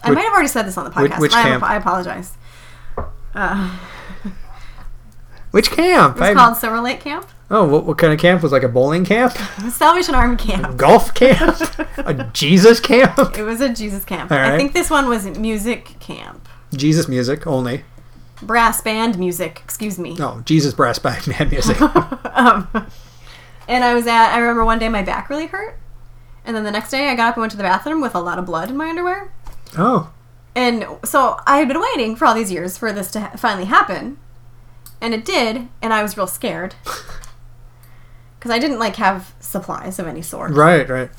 A: I
B: Which-
A: might have already said this on the
B: which-
A: podcast.
B: which
A: but I,
B: camp?
A: I apologize. Uh,
B: Which camp?
A: it was
B: I-
A: called Silver Lake Camp.
B: oh, what, what kind of camp was it, like a bowling camp,
A: It was Salvation Army Camp.
B: golf camp, a Jesus camp?
A: It was a Jesus camp.
B: All
A: I
B: right.
A: think this one was music camp.
B: Jesus music only.
A: Brass band music, excuse me.
B: No, Jesus brass band man music.
A: um, and I was at, I remember one day my back really hurt. And then the next day I got up and went to the bathroom with a lot of blood in my underwear.
B: oh,
A: And so I had been waiting for all these years for this to ha- finally happen. And it did. And I was real scared. Because I didn't like have supplies of any sort.
B: right, right.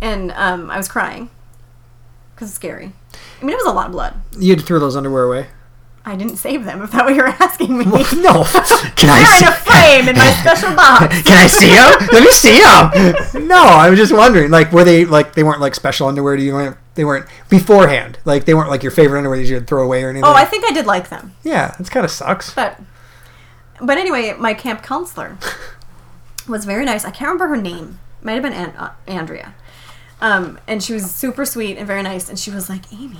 A: And um, I was crying. Because it's scary. I mean, it was a lot of blood.
B: You had to throw those underwear away.
A: I didn't save them, if that what you were asking me.
B: Well, no. Can I
A: They're in a
B: see?
A: frame in my special box.
B: Can I see them? Let me see them. No, I was just wondering. Like, were they like they weren't like special underwear? Do you weren't they weren't beforehand? Like they weren't like your favorite underwear that you'd throw away or anything.
A: Oh, I think I did like them,
B: yeah, that's kind of sucks.
A: but but anyway, my camp counselor was very nice. I can't remember her name. Might have been An- uh, Andrea, um, and she was super sweet and very nice. And she was like, "Amy,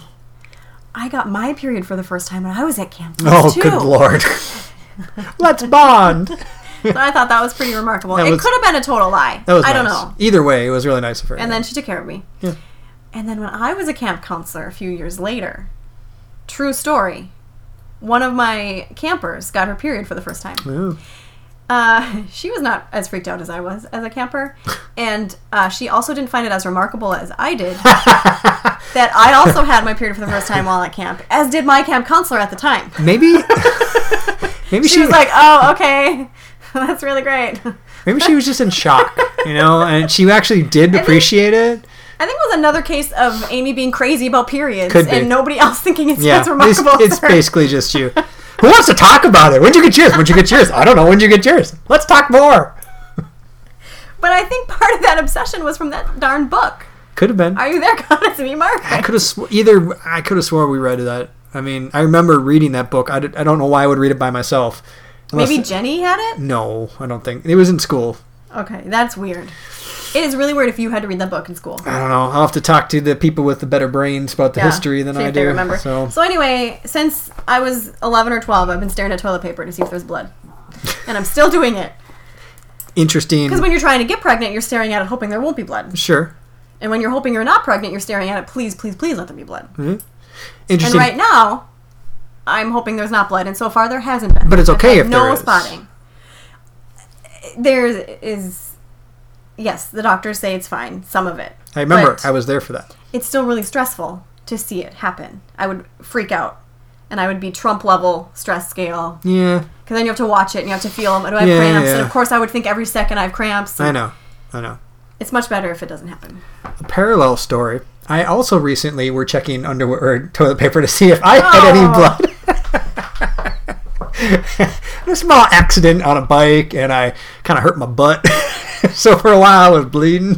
A: I got my period for the first time when I was at camp
B: Oh,
A: too."
B: good lord. Let's bond.
A: So I thought that was pretty remarkable.
B: That
A: it
B: was-
A: could have been a total lie.
B: That was
A: I don't
B: nice.
A: know.
B: Either way, it was really nice of her.
A: And then she took care of me.
B: Yeah.
A: And then when I was a camp counselor a few years later, true story, one of my campers got her period for the first time.
B: Ooh.
A: Uh, she was not as freaked out as I was as a camper, and uh, she also didn't find it as remarkable as I did that I also had my period for the first time while at camp, as did my camp counselor at the time.
B: maybe maybe
A: She, was like, "Oh, okay, that's really great."
B: maybe she was just in shock, you know, and she actually did appreciate it.
A: I think it was another case of Amy being crazy about periods
B: Could be.
A: and nobody else thinking it's
B: Yeah,
A: as remarkable.
B: it's, it's
A: as her.
B: basically just you. Who wants to talk about it? When'd you get yours? When'd you get yours? I don't know. When'd you get yours? Let's talk more.
A: But I think part of that obsession was from that darn book.
B: Could have been.
A: Are you there, God? It's me, Mark.
B: I could have sw- either. I could have swore we read that. I mean, I remember reading that book. I, did, I don't know why I would read it by myself. Unless-
A: Maybe Jenny had it.
B: no, I don't think it was in school.
A: Okay, that's weird. It is really weird if you had to read that book in school.
B: I don't know. I'll have to talk to the people with the better brains about the
A: Yeah,
B: history than
A: see
B: I
A: if they
B: do.
A: remember.
B: So
A: anyway, since I was 11 or 12, I've been staring at toilet paper to see if there's blood, and I'm still doing it
B: interesting.
A: because when you're trying to get pregnant, you're staring at it hoping there won't be blood,
B: Sure.
A: and when you're hoping you're not pregnant, you're staring at it. Please, please, please let there be blood. And
B: Interesting.
A: right now, I'm hoping there's not blood, and so far there hasn't been.
B: But it's
A: I've
B: okay
A: had
B: if
A: no
B: there is.
A: spotting. There is, yes, the doctors say it's fine. Some of it.
B: I remember
A: But
B: I was there for that.
A: it's still really stressful to see it happen. I would freak out, and I would be Trump level stress scale because
B: Yeah,
A: then you have to watch it and you have to feel. Do I have
B: Yeah,
A: cramps?
B: yeah.
A: And of course, I would think every second I have cramps.
B: I know. I know.
A: It's much better if it doesn't happen.
B: A parallel story. I also recently were checking underwear or toilet paper to see if I had any
A: Oh.
B: blood. a small accident on a bike, and I kind of hurt my butt. so for a while, I was bleeding.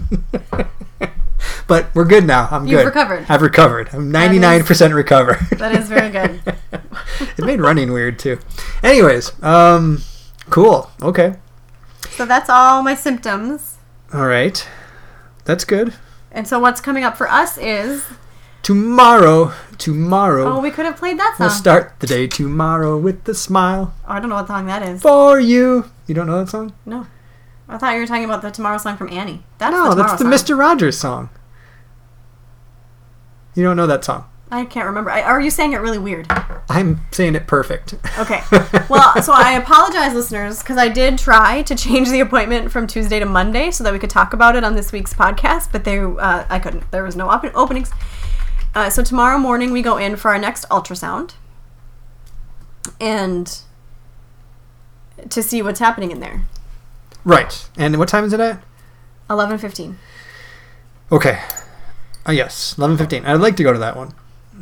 B: but we're good now. I'm
A: You've
B: good.
A: recovered.
B: I've recovered. I'm 99% recovered.
A: That is very good.
B: it made running weird too. Anyways, um, cool. Okay.
A: so that's all my symptoms.
B: All right. That's good.
A: And so what's coming up for us is
B: Tomorrow, tomorrow,
A: oh, we could have played that song.
B: we'll start the day tomorrow with a smile
A: Oh, I don't know what song that is.
B: for you. You don't know that song?
A: No. I thought you were talking about the Tomorrow song from Annie. That's
B: No,
A: the Tomorrow
B: that's the
A: song.
B: Mister Rogers song. You don't know that song.
A: I can't remember. I, are you saying it really weird?
B: I'm saying it perfect.
A: Okay. Well, so I apologize, listeners, because I did try to change the appointment from Tuesday to Monday so that we could talk about it on this week's podcast, but they, uh, I couldn't. There was no op- openings. Uh, so tomorrow morning we go in for our next ultrasound, and to see what's happening in there.
B: right. And what time is it at?
A: Eleven fifteen.
B: Okay. Uh, yes, eleven fifteen. I'd like to go to that one.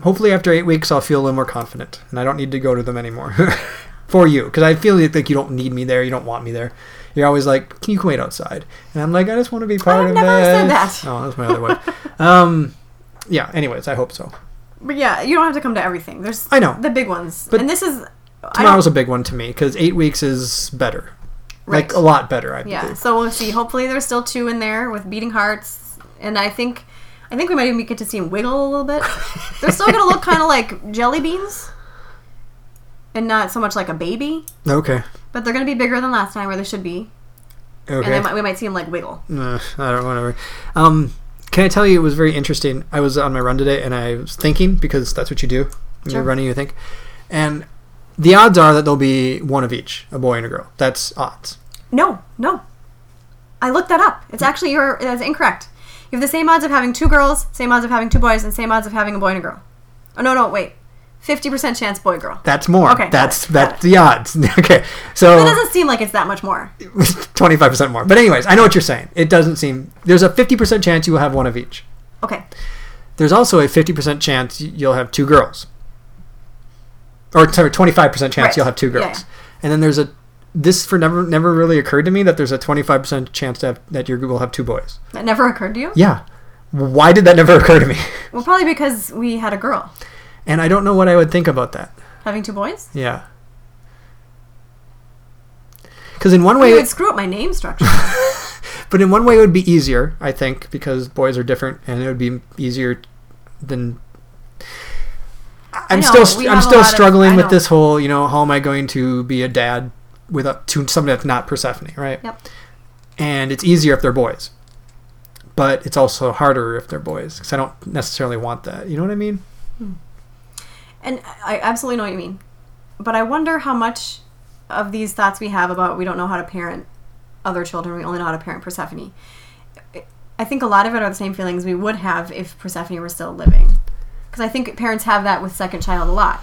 B: Hopefully, after eight weeks, I'll feel a little more confident, and I don't need to go to them anymore. For you, because I feel like, like you don't need me there. You don't want me there. You're always like, "Can you wait outside?" And I'm like, "I just want to be part
A: I've
B: of
A: never
B: this."
A: said that.
B: Oh, that's my other one. um, yeah. Anyways, I hope so.
A: But yeah, you don't have to come to everything. There's
B: I know.
A: the big ones,
B: But
A: and this is I don't-
B: Tomorrow's a big one to me because eight weeks is better,
A: Right.
B: like a lot better. I
A: Yeah,
B: believe.
A: so we'll see. Hopefully, there's still two in there with beating hearts, and I think, I think we might even get to see him wiggle a little bit. They're still gonna look kind of like jelly beans, and not so much like a baby,
B: Okay.
A: but they're gonna be bigger than last time, where they should be, and
B: Okay.
A: they might, we might see him like wiggle.
B: Uh, I don't whatever. Um, can I tell you it was very interesting? I was on my run today and I was thinking because that's what you do when
A: Sure.
B: you're running, you think. And the odds are that there'll be one of each, a boy and a girl. That's odds.
A: No, no, I looked that up. It's actually your that's incorrect. You have the same odds of having two girls, same odds of having two boys, and same odds of having a boy and a girl. Oh no, no, wait, fifty percent chance boy girl.
B: That's more.
A: Okay, got
B: That's
A: it, got
B: that's the odds. okay, so
A: That doesn't seem like it's that much more.
B: twenty five percent more. But anyways, I know what you're saying. It doesn't seem there's a fifty percent chance you will have one of each.
A: Okay.
B: there's also a 50% chance y- you'll have two girls. Or sorry, 25% chance
A: Right.
B: you'll have two
A: Yeah,
B: girls.
A: yeah.
B: And then there's a this for never never really occurred to me that there's a 25% chance to have, that your will have two boys.
A: That never occurred to you?
B: Yeah. Why did that never occur to me?
A: Well, probably because we had a girl
B: And I don't know what I would think about that.
A: having two boys.
B: Yeah. Cuz in one way
A: You
B: it-
A: would screw up my name structure.
B: But in one way, it would be easier, I think, because boys are different, and it would be easier than. I'm
A: know,
B: still
A: we
B: st- I'm
A: have a
B: still
A: lot of-
B: struggling
A: I
B: with
A: know.
B: this whole you know how am I going to be a dad with a, to somebody that's not Persephone right
A: yep.
B: and it's easier if they're boys but it's also harder if they're boys because I don't necessarily want that you know what I mean
A: And I absolutely know what you mean. But I wonder how much of these thoughts we have about we don't know how to parent other children, we only know how to parent Persephone. I think a lot of it are the same feelings we would have if Persephone were still living. Because I think parents have that with second child a lot.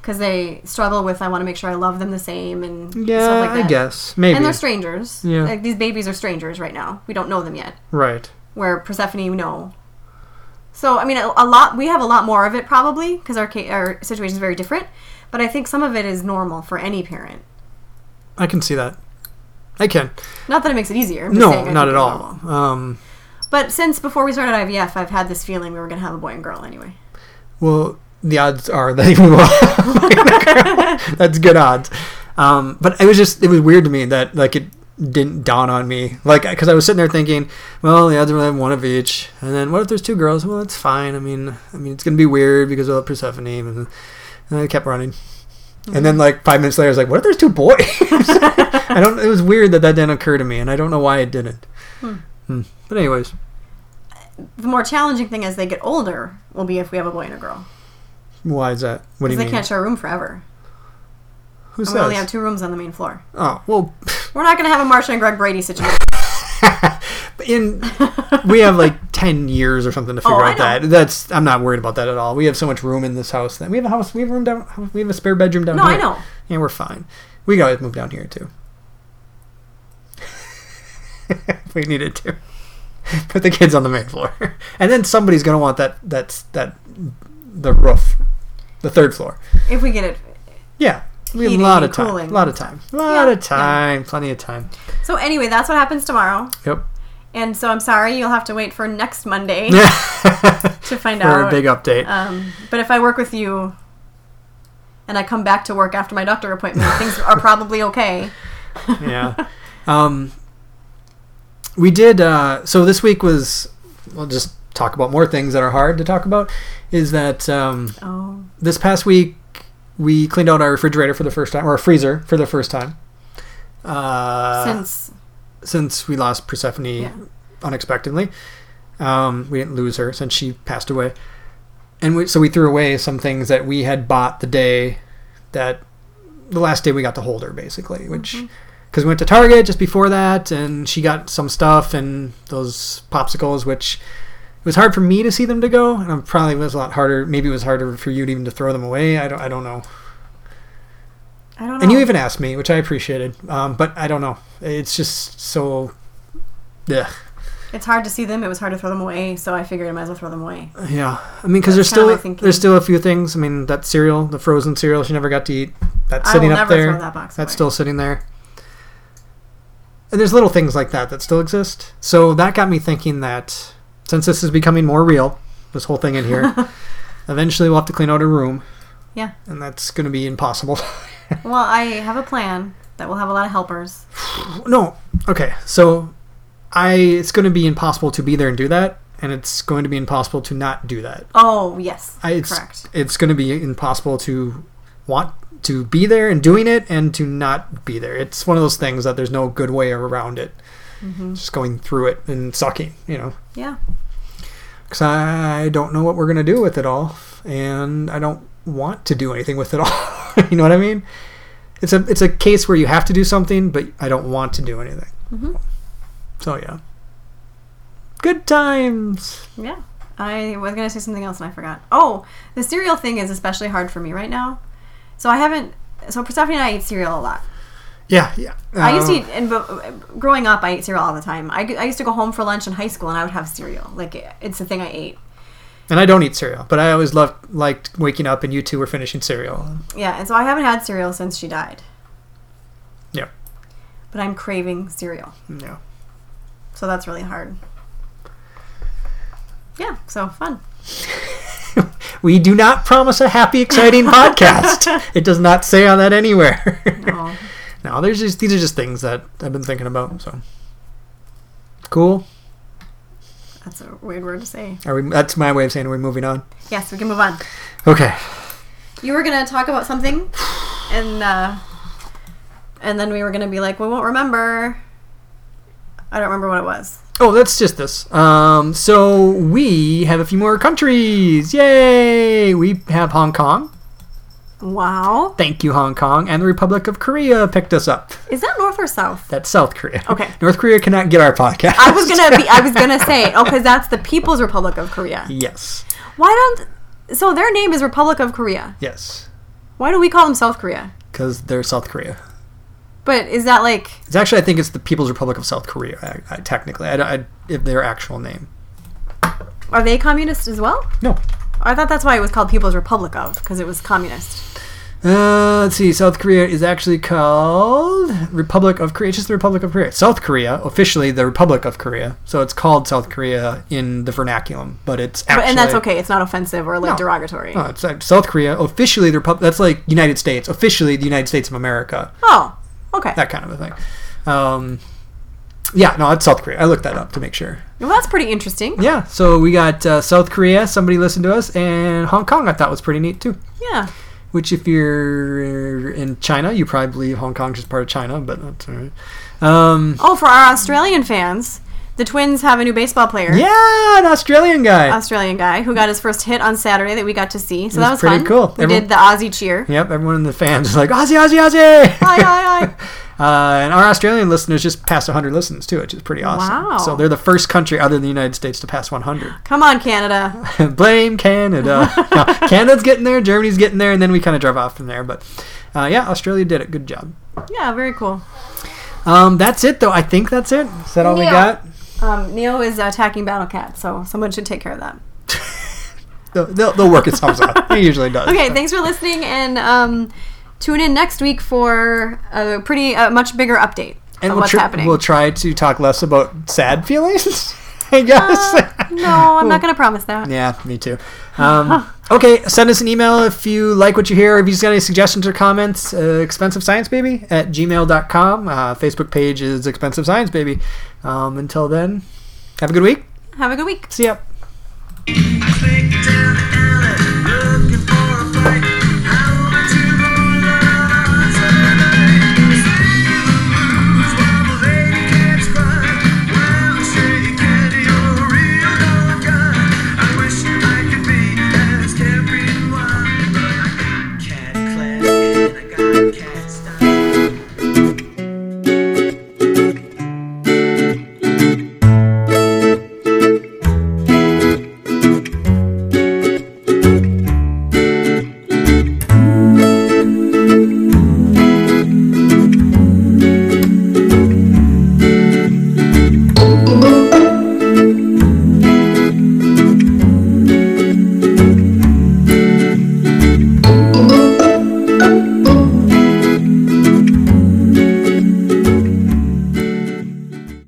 A: Because they struggle with, I want to make sure I love them the same and
B: yeah
A: stuff like that.
B: I guess maybe
A: And they're strangers.
B: Yeah.
A: Like these babies are strangers right now. We don't know them yet
B: right
A: where Persephone, no. So I mean, a, a lot. We have a lot more of it probably because our ca- our situation is very different. But I think some of it is normal for any parent.
B: I can see that I can
A: Not that it makes it easier. I'm just saying I
B: no
A: think
B: not at
A: it's
B: all
A: normal.
B: um
A: But since before we started IVF, I've had this feeling we were gonna have a boy and girl anyway.
B: Well, the odds are that we will. That's good odds. Um, but it was just it was weird to me that like it didn't dawn on me like because I was sitting there thinking, well, the odds are have one of each, and then what if there's two girls? Well, that's fine. I mean, I mean it's gonna be weird because of Persephone, and, and I kept running. And then like five minutes later, I was like, what if there's two boys? I don't. It was weird that that didn't occur to me, and I don't know why it didn't. Hmm. But anyways,
A: The more challenging thing as they get older will be if we have a boy and a girl
B: why is that? What do
A: because
B: you
A: they
B: mean?
A: can't share a room forever.
B: Who
A: And we only have
B: says?
A: two rooms on the main floor.
B: Oh well.
A: We're not gonna have a Marsha and Greg Brady situation.
B: in we have like 10 years or something to figure
A: Oh, I
B: out that that's i'm not worried about that at all we have so much room in this house that we have a house we have room down we have a spare bedroom down
A: No,
B: here
A: I know.
B: yeah we're fine we could always move down here too if we needed to put the kids on the main floor and then somebody's gonna want that that's that the roof the third floor
A: If we get it.
B: yeah we have a
A: Heating
B: lot of
A: and
B: time
A: cooling.
B: a lot of time a lot
A: Yeah,
B: of time plenty of time
A: So anyway, that's what happens tomorrow.
B: yep
A: And so I'm sorry you'll have to wait for next Monday to find
B: for
A: out.
B: a big update
A: Um, but if I work with you and I come back to work after my doctor appointment, things are probably okay.
B: yeah. Um, we did. Uh, so this week was. We'll just talk about more things that are hard to talk about. Is that um,
A: Oh,
B: this past week we cleaned out our refrigerator for the first time, or our freezer for the first time, uh,
A: since
B: since we lost Persephone
A: Yeah.
B: unexpectedly. Um, we didn't lose her since she passed away, and we, so we threw away some things that we had bought the day that the last day we got to hold her, basically. Which because we went to Target just before that, and she got some stuff and those popsicles, which it was hard for me to see them to go, and it probably was a lot harder. Maybe it was harder for you to even to throw them away. I don't, I don't know.
A: I don't know.
B: And you even asked me, which I appreciated. Um, but I don't know. It's just so. Yeah,
A: it's hard to see them. It was hard to throw them away, so I figured I might as well throw them away.
B: yeah. I mean, because
A: That's kinda
B: there's still
A: my thinking.
B: there's still a few things. I mean, that cereal, the frozen cereal, she never got to eat. That's
A: I
B: sitting
A: will
B: up
A: never
B: there.
A: throw that box
B: That's
A: away.
B: still sitting there. And there's little things like that that still exist. So that got me thinking that since this is becoming more real, this whole thing in here, eventually we'll have to clean out a room,
A: Yeah.
B: and that's going to be impossible.
A: Well, I have a plan that will have a lot of helpers.
B: no okay so i it's going to be impossible to be there and do that and it's going to be impossible to not do that
A: Oh, yes.
B: I, it's,
A: correct.
B: it's going to be impossible to want to be there and doing it and to not be there it's one of those things that there's no good way around it just going through it and sucking you know
A: Mm-hmm. Yeah.
B: because i don't know what we're going to do with it all and i don't want to do anything with it all you know what i mean it's a it's a case where you have to do something but i don't want to do anything so yeah good times
A: Yeah. I was going to say something else and I forgot. Oh, the cereal thing is especially hard for me right now. So I haven't. So Persephone and I eat cereal a lot.
B: yeah yeah
A: I used to
B: Uh,
A: eat, and but, growing up, I ate cereal all the time. I, g- I used to go home for lunch in high school, and I would have cereal. Like it- it's the thing I ate.
B: And I don't eat cereal, but I always loved liked waking up and you two were finishing cereal.
A: Yeah, and so I haven't had cereal since she died.
B: Yeah.
A: But I'm craving cereal.
B: No.
A: So that's really hard. Yeah, so fun.
B: We do not promise a happy, exciting podcast. It does not say on that anywhere.
A: Oh,
B: No, there's just these are just things that I've been thinking about. So cool.
A: that's a weird word to say.
B: Are we? That's my way of saying we're moving on.
A: Yes, we can move on.
B: Okay.
A: You were gonna talk about something, and uh, and then we were gonna be like, we won't remember. I don't remember what it was.
B: Oh, that's just this. Um, so we have a few more countries. Yay! We have Hong Kong.
A: Wow,
B: Thank you, Hong Kong, and the Republic of Korea picked us up.
A: is that north or south?
B: That's South Korea.
A: Okay.
B: North Korea cannot get our podcast.
A: I was gonna be. I was gonna say, oh, because that's the People's Republic of Korea.
B: yes.
A: Why don't? So their name is Republic of Korea.
B: Yes.
A: Why do we call them South Korea?
B: Because they're South Korea.
A: But is that like
B: It's actually, I think it's the People's Republic of South Korea. I, I, technically, I, don't- I, if their actual name.
A: are they communist as well?
B: No.
A: I thought that's why it was called People's Republic of because it was communist.
B: Uh, let's see. South Korea is actually called Republic of Korea. It's just the Republic of Korea. South Korea, officially the Republic of Korea. So it's called South Korea in the vernaculum, but it's actually.
A: But, and that's okay. It's not offensive or like
B: No.
A: derogatory.
B: No, it's like South Korea, officially the Republic. That's like United States, officially the United States of America.
A: Oh, okay.
B: That kind of a thing. Um, yeah, no, it's South Korea. I looked that up to make sure.
A: well, that's pretty interesting.
B: Yeah, so we got uh, South Korea. Somebody listened to us, and Hong Kong. I thought was pretty neat too.
A: Yeah.
B: Which, if you're in China, you probably believe Hong Kong's just part of China, but that's all right. Um,
A: Oh, for our Australian fans, the Twins have a new baseball player,
B: yeah, an Australian guy.
A: Australian guy, who got his first hit on Saturday that we got to see. So
B: It was
A: that was
B: pretty
A: fun.
B: cool.
A: We
B: Everyone-
A: did the Aussie cheer.
B: yep, everyone in the fans is like, Aussie, Aussie, Aussie!
A: Aye, aye, aye.
B: Uh, and our Australian listeners just passed 100 listens too, which is pretty awesome.
A: Wow.
B: So they're the first country other than the United States to pass 100.
A: Come on, Canada.
B: Blame Canada. No, Canada's getting there, Germany's getting there, and then we kind of drove off from there. But uh, yeah, Australia did it. Good job.
A: Yeah, very cool.
B: Um, that's it, though. I think that's it. Is that all we
A: Yeah.
B: got?
A: Um, Neo is attacking Battle Cat, so someone should take care of that.
B: They'll, they'll, they'll work itself out. It usually does.
A: Okay, thanks for listening, and um, tune in next week for a pretty uh, much bigger update
B: and
A: on
B: we'll,
A: what's
B: tr-
A: happening.
B: we'll try to talk less about sad feelings, I guess.
A: Uh, no, I'm not going to promise that.
B: Yeah, me too. Um, okay, send us an email if you like what you hear. If you just got any suggestions or comments, uh, expensive science baby at gmail.com. Uh, Facebook page is expensive science baby. Um, until then, have a good week.
A: Have a good week.
B: See ya.
C: Click down and